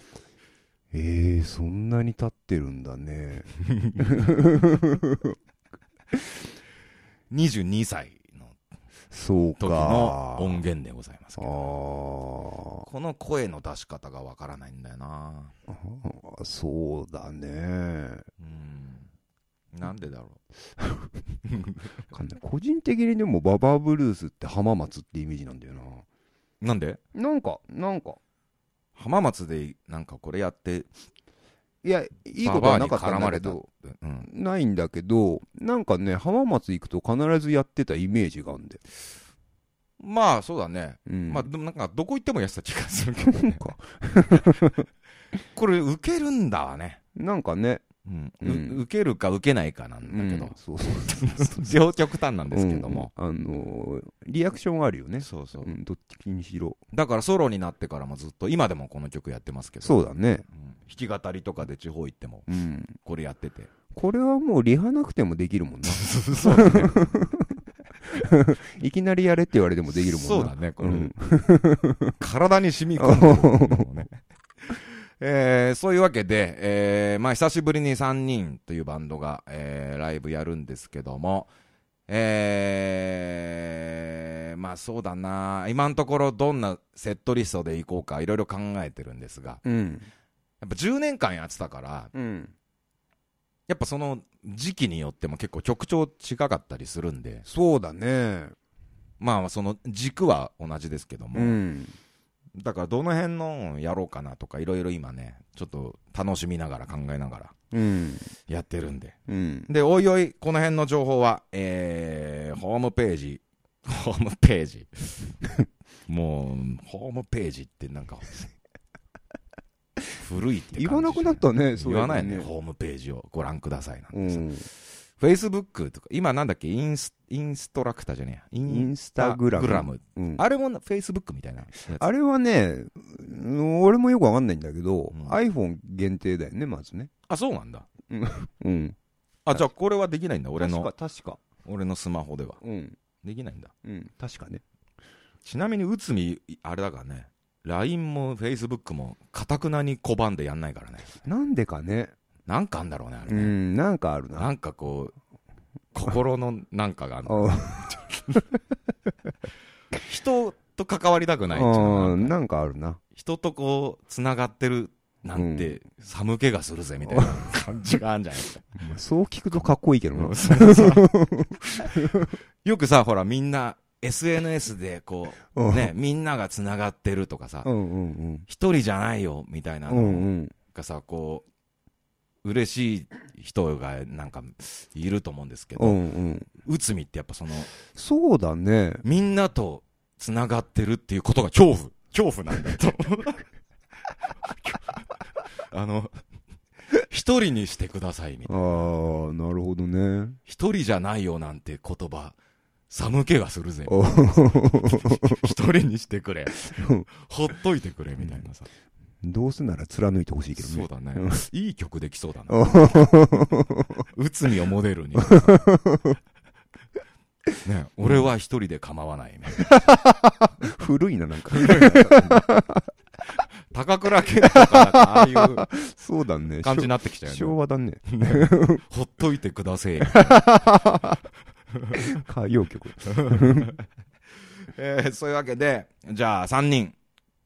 [SPEAKER 2] ええそんなに経ってるんだね。
[SPEAKER 1] ?22 歳の
[SPEAKER 2] そう
[SPEAKER 1] 時
[SPEAKER 2] か
[SPEAKER 1] の。音源でございますけど、
[SPEAKER 2] あ
[SPEAKER 1] この声の出し方がわからないんだよな。
[SPEAKER 2] あ、そうだね。
[SPEAKER 1] うん。なんでだろ
[SPEAKER 2] わかんない個人的にでもババアブルースって浜松ってイメージなんだよ
[SPEAKER 1] う。なんで
[SPEAKER 2] な。なんか、なんか、
[SPEAKER 1] 浜松でなんかこれやって、
[SPEAKER 2] いや、いいことはなかったんだけど、
[SPEAKER 1] うん。
[SPEAKER 2] ないんだけど、なんかね、浜松行くと必ずやってたイメージがあるんだよ。
[SPEAKER 1] まあそうだね。
[SPEAKER 2] うん、
[SPEAKER 1] まあでもなんかどこ行ってもやってた気がするけど
[SPEAKER 2] なん
[SPEAKER 1] ね。
[SPEAKER 2] か、 (laughs)
[SPEAKER 1] これ受けるんだわね。
[SPEAKER 2] なんかね、
[SPEAKER 1] うん。
[SPEAKER 2] うん
[SPEAKER 1] う受けるか受けないかなんだけ
[SPEAKER 2] う
[SPEAKER 1] ど
[SPEAKER 2] ん。そうそう
[SPEAKER 1] 両極端なんですけども、
[SPEAKER 2] うんあのーリアクションはあるよね。、
[SPEAKER 1] そうそううん
[SPEAKER 2] どっちにしろ。
[SPEAKER 1] だからソロになってからもずっと今でもこの曲やってますけど
[SPEAKER 2] そうだね。
[SPEAKER 1] うん弾き語りとかで地方行っても
[SPEAKER 2] うん。
[SPEAKER 1] これやって
[SPEAKER 2] (laughs)
[SPEAKER 1] て
[SPEAKER 2] これはもうリハなくてもでき
[SPEAKER 1] (laughs)
[SPEAKER 2] るもんな。
[SPEAKER 1] そうだね
[SPEAKER 2] いきなりやれって言われてもできるもんな。
[SPEAKER 1] そうだねこれ、
[SPEAKER 2] うん
[SPEAKER 1] (laughs)
[SPEAKER 2] (laughs)
[SPEAKER 1] 体に染み込んでるね (laughs) えーそういうわけで、えーまあ、久しぶりに3人というバンドが、えーライブやるんですけども、えーまあそうだな、今のところどんなセットリストでいこうか、いろいろ考えてるんですが、
[SPEAKER 2] うん。
[SPEAKER 1] やっぱ10年間やってたから、
[SPEAKER 2] うん。
[SPEAKER 1] やっぱその時期によっても結構曲調違かったりするんで、
[SPEAKER 2] そうだね。
[SPEAKER 1] まあその軸は同じですけども、
[SPEAKER 2] うん。
[SPEAKER 1] だからどの辺のやろうかなとかいろいろ今ね、ちょっと楽しみながら考えながら
[SPEAKER 2] うん。
[SPEAKER 1] やってるんで。
[SPEAKER 2] うん。
[SPEAKER 1] で、おいおい、この辺の (laughs) 情報は、えー、ホームページ、ホームページ。 (laughs) もうホームページってなんか (laughs) 古いって感じ
[SPEAKER 2] 言わなくなったね、そう
[SPEAKER 1] 言わないよね
[SPEAKER 2] うの
[SPEAKER 1] ホームページをご覧くださいなんてさ、
[SPEAKER 2] うん。
[SPEAKER 1] フェイスブックとか、今なんだっけ、インスインストラクターじゃねえや。イ
[SPEAKER 2] インスタグラム。うん
[SPEAKER 1] あれもなフェイスブックみたいなやつ。
[SPEAKER 2] あれはね、うん俺もよくわかんないんだけど、
[SPEAKER 1] うん
[SPEAKER 2] iPhone 限定だよね、まずね。
[SPEAKER 1] あ、そうなんだ。
[SPEAKER 2] うん。
[SPEAKER 1] あ、じゃあこれはできないんだ、俺の、
[SPEAKER 2] 確か。
[SPEAKER 1] 俺のスマホでは。
[SPEAKER 2] うん。
[SPEAKER 1] できないんだ。
[SPEAKER 2] うん。確かね。
[SPEAKER 1] ちなみに、内海、あれだからね、LINE もフェイスブックも、かたくなに拒んでやんないからね。
[SPEAKER 2] なんでかね。
[SPEAKER 1] なんかあんだろうね、あれ
[SPEAKER 2] う
[SPEAKER 1] ね。
[SPEAKER 2] ん、なんかある
[SPEAKER 1] な
[SPEAKER 2] な。
[SPEAKER 1] んかこう、心のなんかがあるの
[SPEAKER 2] (laughs) あ
[SPEAKER 1] 人と関わりたくないっていうの
[SPEAKER 2] あ
[SPEAKER 1] が
[SPEAKER 2] ー、なんかあるな。
[SPEAKER 1] 人とこう、つながってるなんて、寒気がするぜ、みたいな感じがあるんじゃないですか。
[SPEAKER 2] そう聞くとかっこいいけどな。
[SPEAKER 1] よくさ、ほら、みんな、SNS でこう、ね、みんながつながってるとかさ
[SPEAKER 2] う、んうんうん。
[SPEAKER 1] 一人じゃないよ、みたいな
[SPEAKER 2] うんう
[SPEAKER 1] の
[SPEAKER 2] ん。
[SPEAKER 1] がさ、こう、嬉しい人がなんか、いると思うんですけ
[SPEAKER 2] う
[SPEAKER 1] ど、
[SPEAKER 2] んうん。
[SPEAKER 1] 内海ってやっぱその、
[SPEAKER 2] そうだね。
[SPEAKER 1] みんなとつながってるっていうことが恐怖。恐怖なんだと。 (laughs) あの、一人にしてください、みたいな
[SPEAKER 2] ああ、なるほどね。
[SPEAKER 1] 一人じゃないよなんて言葉、寒気がするぜ。
[SPEAKER 2] お
[SPEAKER 1] 一人にしてくれ。ほっといてくれ、みたいなさ。
[SPEAKER 2] (laughs) どうせなら貫いてほしいけどね。
[SPEAKER 1] そうだね
[SPEAKER 2] うん。
[SPEAKER 1] いい曲できそうだな。内海をモデル (laughs) に。ね、俺は一人で構わない。
[SPEAKER 2] (laughs) 古いな、な
[SPEAKER 1] (laughs)
[SPEAKER 2] んか。
[SPEAKER 1] 高倉健とかなんかああいう
[SPEAKER 2] そうだね。
[SPEAKER 1] 感じになってきちゃう
[SPEAKER 2] 昭
[SPEAKER 1] よ
[SPEAKER 2] 和だね。
[SPEAKER 1] ね。ほっといてくだせえ。
[SPEAKER 2] 歌謡曲。
[SPEAKER 1] (laughs) えーそういうわけで、じゃあ3人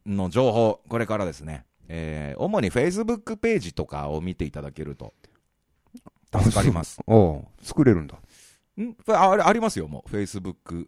[SPEAKER 1] の情報、これからですね、えー主に Facebook ページとかを見ていただけると助かります。
[SPEAKER 2] ああ、作れるんだ。
[SPEAKER 1] んああれありますよ、もう Facebook。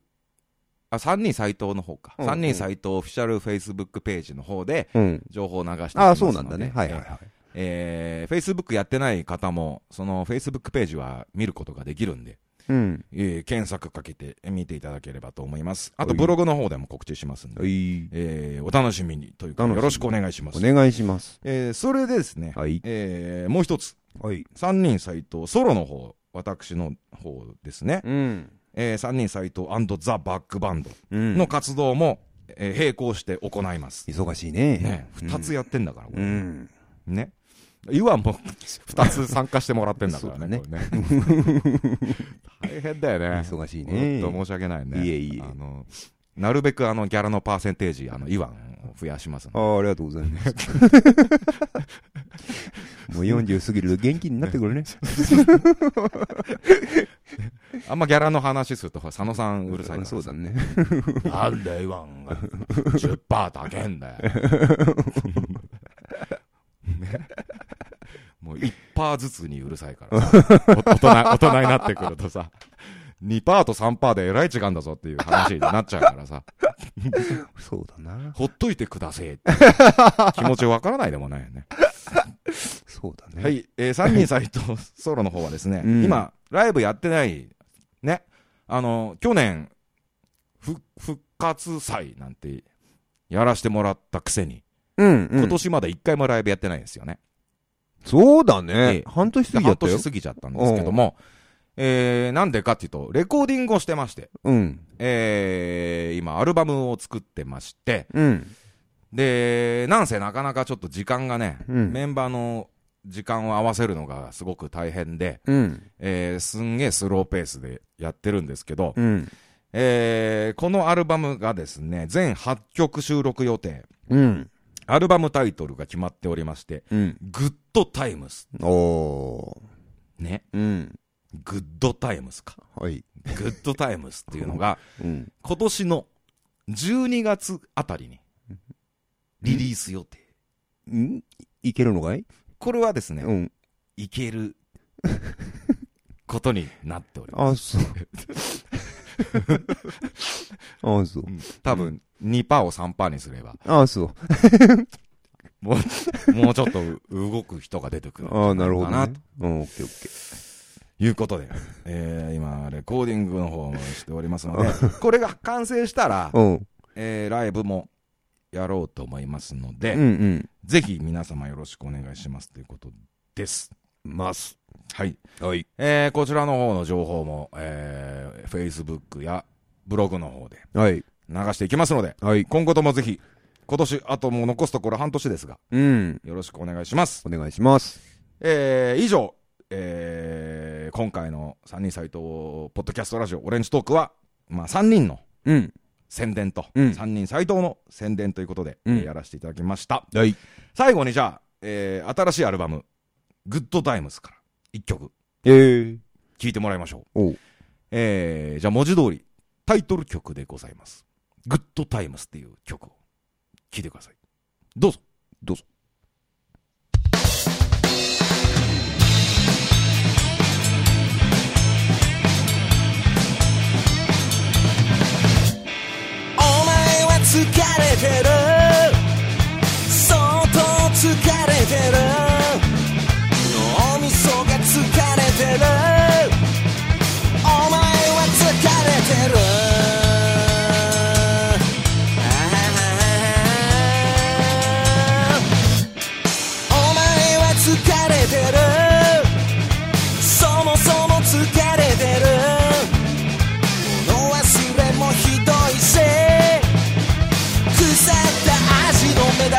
[SPEAKER 1] あ、3人斎藤の方か。
[SPEAKER 2] うん
[SPEAKER 1] 3人斎藤オフィシャル Facebook ページの方で
[SPEAKER 2] うん。
[SPEAKER 1] 情報を流していきますので。
[SPEAKER 2] ああ、そうなんだね。はいはいはい。
[SPEAKER 1] えー、Facebook やってない方も、その Facebook ページは見ることができるんで、
[SPEAKER 2] うん。
[SPEAKER 1] えー検索かけて見ていただければと思います。あとブログの方でも告知しますんで。
[SPEAKER 2] はい。
[SPEAKER 1] えーお楽しみにというか、
[SPEAKER 2] 楽しみに
[SPEAKER 1] よろしくお願いしま
[SPEAKER 2] お
[SPEAKER 1] す。
[SPEAKER 2] 願いします。
[SPEAKER 1] えーそれでですね、
[SPEAKER 2] はい。
[SPEAKER 1] えーもう一つ、
[SPEAKER 2] はい。
[SPEAKER 1] 三人斎藤、ソロの方、私の方ですね、
[SPEAKER 2] うん。
[SPEAKER 1] えー、三人斎藤ザ・バックバンド
[SPEAKER 2] うん
[SPEAKER 1] の活動も、えー並行して行います。
[SPEAKER 2] 忙しいね。
[SPEAKER 1] ね、
[SPEAKER 2] うん
[SPEAKER 1] 二つやってんだから、こ
[SPEAKER 2] う
[SPEAKER 1] れ
[SPEAKER 2] ん。
[SPEAKER 1] ね。いわもう二つ参加してもらってんだ (laughs) からね。
[SPEAKER 2] そ
[SPEAKER 1] これね大変だよね。
[SPEAKER 2] 忙しいね。
[SPEAKER 1] 本当申し訳ないね。
[SPEAKER 2] いえいえ
[SPEAKER 1] あの、なるべくあのギャラのパーセンテージ、あの、イワンを増やしますので
[SPEAKER 2] ああ、ありがとうござい
[SPEAKER 1] (laughs)
[SPEAKER 2] ます。もう40過ぎると元気になってくるね。
[SPEAKER 1] あんまギャラの話すると、ほら佐野さんうるさいから。
[SPEAKER 2] そうだね。
[SPEAKER 1] なんで言わんが、10%だけん
[SPEAKER 2] (laughs)
[SPEAKER 1] だよ。ねもう1%ずつにうるさいからさお大人、大人になってくるとさ、2%と3%でえらい違うんだぞっていう話になっちゃうからさ、
[SPEAKER 2] そうだな。
[SPEAKER 1] ほっといてくだせえって気持ちわからないでもないよね。
[SPEAKER 2] そうだね。
[SPEAKER 1] は。い、えー、三人斎藤 (laughs) ソロの方はですね、
[SPEAKER 2] うん
[SPEAKER 1] 今、ライブやってない、ね、あの、去年、ふ、復活祭なんて、やらしてもらったくせに、
[SPEAKER 2] うん、うん。
[SPEAKER 1] 今年まだ一回もライブやってないんですよね。
[SPEAKER 2] そうだ
[SPEAKER 1] ええ
[SPEAKER 2] ね。半年過ぎちゃ
[SPEAKER 1] 半
[SPEAKER 2] ったよ
[SPEAKER 1] 年。過ぎちゃったんですけども、えー、なんでかっていうと、レコーディングをしてまして、
[SPEAKER 2] うん。
[SPEAKER 1] えー、今、アルバムを作ってまして、
[SPEAKER 2] うん。
[SPEAKER 1] で、なんせなかなかちょっと時間がね、
[SPEAKER 2] うん
[SPEAKER 1] メンバーの時間を合わせるのがすごく大変で、
[SPEAKER 2] うん。
[SPEAKER 1] えーすんげえスローペースでやってるんですけど、
[SPEAKER 2] うん。
[SPEAKER 1] えーこのアルバムがですね、全8曲収録予定、
[SPEAKER 2] うん。
[SPEAKER 1] アルバムタイトルが決まっておりまして、
[SPEAKER 2] うん。
[SPEAKER 1] グッドタイムス。
[SPEAKER 2] おー。
[SPEAKER 1] ね。
[SPEAKER 2] うん。
[SPEAKER 1] グッドタイムスか。
[SPEAKER 2] はい。
[SPEAKER 1] グッドタイムスっていうのが、
[SPEAKER 2] うん。
[SPEAKER 1] 今年の12月あたりにリリース予定。
[SPEAKER 2] んいけるのかい
[SPEAKER 1] これはですね、
[SPEAKER 2] うん。
[SPEAKER 1] いけることになっております。
[SPEAKER 2] あ、そう。あ、そう
[SPEAKER 1] う。ん多分2%を3%にすれば、
[SPEAKER 2] あ、そう。
[SPEAKER 1] もう、もうちょっと動く人が出てくるんじゃいか。
[SPEAKER 2] あなるほどね
[SPEAKER 1] と。
[SPEAKER 2] うん、オッケーオッケー。
[SPEAKER 1] いうことで、えー、今、レコーディングの方もしておりますので、これが完成したら、
[SPEAKER 2] (laughs) うん。
[SPEAKER 1] えーライブもやろうと思いますので、
[SPEAKER 2] うんうん。
[SPEAKER 1] ぜひ皆様よろしくお願いしますということです。ます。はい。
[SPEAKER 2] はい。
[SPEAKER 1] えーこちらの方の情報も、えー Facebook やブログの方で
[SPEAKER 2] はい。
[SPEAKER 1] 流していきますので、
[SPEAKER 2] はい。
[SPEAKER 1] 今後ともぜひ、今年、あともう残すところ半年ですが、
[SPEAKER 2] うん。
[SPEAKER 1] よろしくお願いします。
[SPEAKER 2] お願いします。
[SPEAKER 1] えー以上、えー今回の3人斎藤ポッドキャストラジオオレンジトークは、まあ3人の
[SPEAKER 2] うん。
[SPEAKER 1] 宣伝と、
[SPEAKER 2] うん
[SPEAKER 1] 3人斎藤の宣伝ということで、
[SPEAKER 2] うん
[SPEAKER 1] えーやらせていただきました。
[SPEAKER 2] はい。
[SPEAKER 1] 最後にじゃあ、えー新しいアルバム、グッドタイムズから1曲
[SPEAKER 2] えー。
[SPEAKER 1] 聴いてもらいましょう。
[SPEAKER 2] おう
[SPEAKER 1] えーじゃあ文字通り、タイトル曲でございます。グッドタイムズっていう曲を聴いてください。どうぞ。どうぞ。
[SPEAKER 5] お前は疲れてる相当疲れてる脳みそが疲れてるお前は疲れてるあーお前は疲れてるそもそも疲れてる物忘れもひどいぜ腐った味の目だ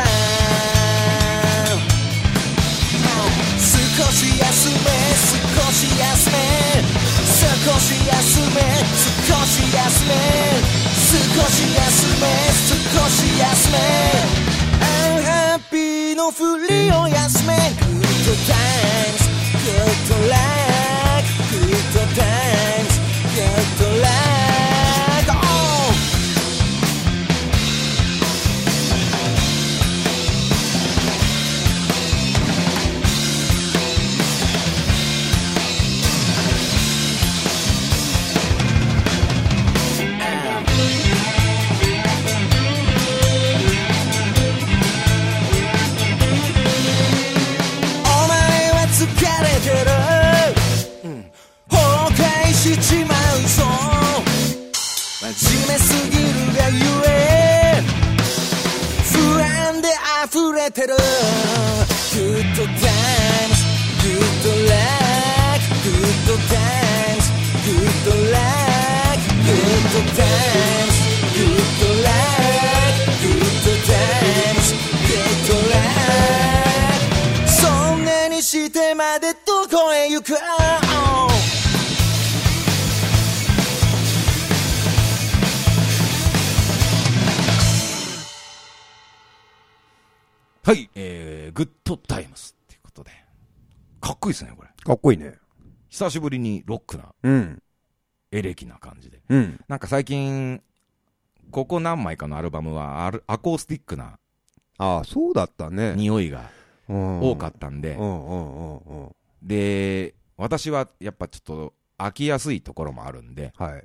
[SPEAKER 5] 少し休め少し休め少し休め少し休め少し休め少し休めアンハッピーのふりを休めグッドタイムズグッドラックグッドタイムズグッドラック Oh! お前は疲れてる、うん崩壊しちまうぞ真面目すぎるがゆえ不安で溢れてるグッドタイムズグッドラックグッドタイムズグッドラックグッドタイムズグッドラックグッドタイムズグッドラックそんなにしてまでどこへ行く Oh
[SPEAKER 1] はい、えー、グッドタイムズっていうことで、かっこいいですね、これ。
[SPEAKER 2] かっこいいね。
[SPEAKER 1] 久しぶりにロックな、
[SPEAKER 2] うん。
[SPEAKER 1] エレキな感じで。
[SPEAKER 2] うん。
[SPEAKER 1] なんか最近、ここ何枚かのアルバムはアルアコースティックな
[SPEAKER 2] ああ、そうだったね。
[SPEAKER 1] 匂いが多
[SPEAKER 2] 多
[SPEAKER 1] かったんで、
[SPEAKER 2] うんうんうんうん。
[SPEAKER 1] で、私はやっぱちょっと飽きやすいところもあるんで、
[SPEAKER 2] はい。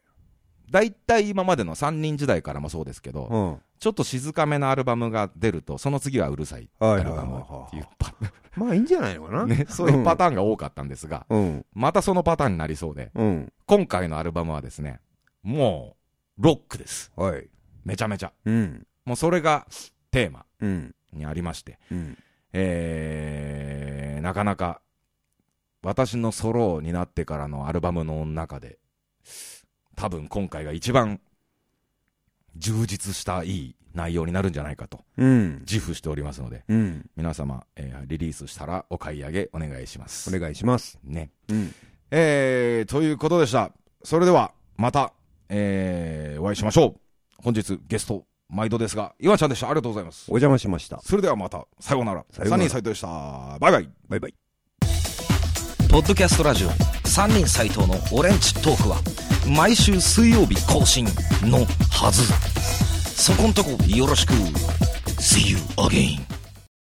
[SPEAKER 1] だいたい今までの3人時代からもそうですけど、
[SPEAKER 2] うん。
[SPEAKER 1] ちょっと静かめなアルバムが出ると、その次はうるさいア
[SPEAKER 2] はいはい
[SPEAKER 1] ル
[SPEAKER 2] はい
[SPEAKER 1] バム
[SPEAKER 2] は
[SPEAKER 1] って
[SPEAKER 2] い
[SPEAKER 1] いう
[SPEAKER 2] (laughs)
[SPEAKER 1] パ、
[SPEAKER 2] まあいいんじゃないのかな。
[SPEAKER 1] ね、そういうパターンが多かったんですが、
[SPEAKER 2] うん。
[SPEAKER 1] またそのパターンになりそうで、
[SPEAKER 2] うん。
[SPEAKER 1] 今回のアルバムはですね、もう、ロックです。
[SPEAKER 2] はい。
[SPEAKER 1] めちゃめちゃ。
[SPEAKER 2] うん。
[SPEAKER 1] もうそれがテーマ
[SPEAKER 2] うん。
[SPEAKER 1] にありまして、
[SPEAKER 2] うん。
[SPEAKER 1] えー、なかなか、私のソロになってからのアルバムの中で、多分今回が一番充実したいい内容になるんじゃないかと
[SPEAKER 2] うん。
[SPEAKER 1] 自負しておりますので、
[SPEAKER 2] うん。
[SPEAKER 1] 皆様、えーリリースしたらお買い上げお願いします。
[SPEAKER 2] お願いします。
[SPEAKER 1] ね。
[SPEAKER 2] うん。
[SPEAKER 1] えー、ということでした。それでは、また、えー、お会いしましょう。本日ゲスト、毎度ですが、岩ちゃんでした。ありがとうございます
[SPEAKER 2] お。邪魔しました。
[SPEAKER 1] それではまた、さようなら。
[SPEAKER 2] さよう
[SPEAKER 1] サ
[SPEAKER 2] なら
[SPEAKER 1] ニー斎藤でした。バイバイ。
[SPEAKER 2] バイバイ。
[SPEAKER 6] ポッドキャストラジオ三人斎藤のオレンジトークは毎週水曜日更新のはずそこんとこよろしく See you again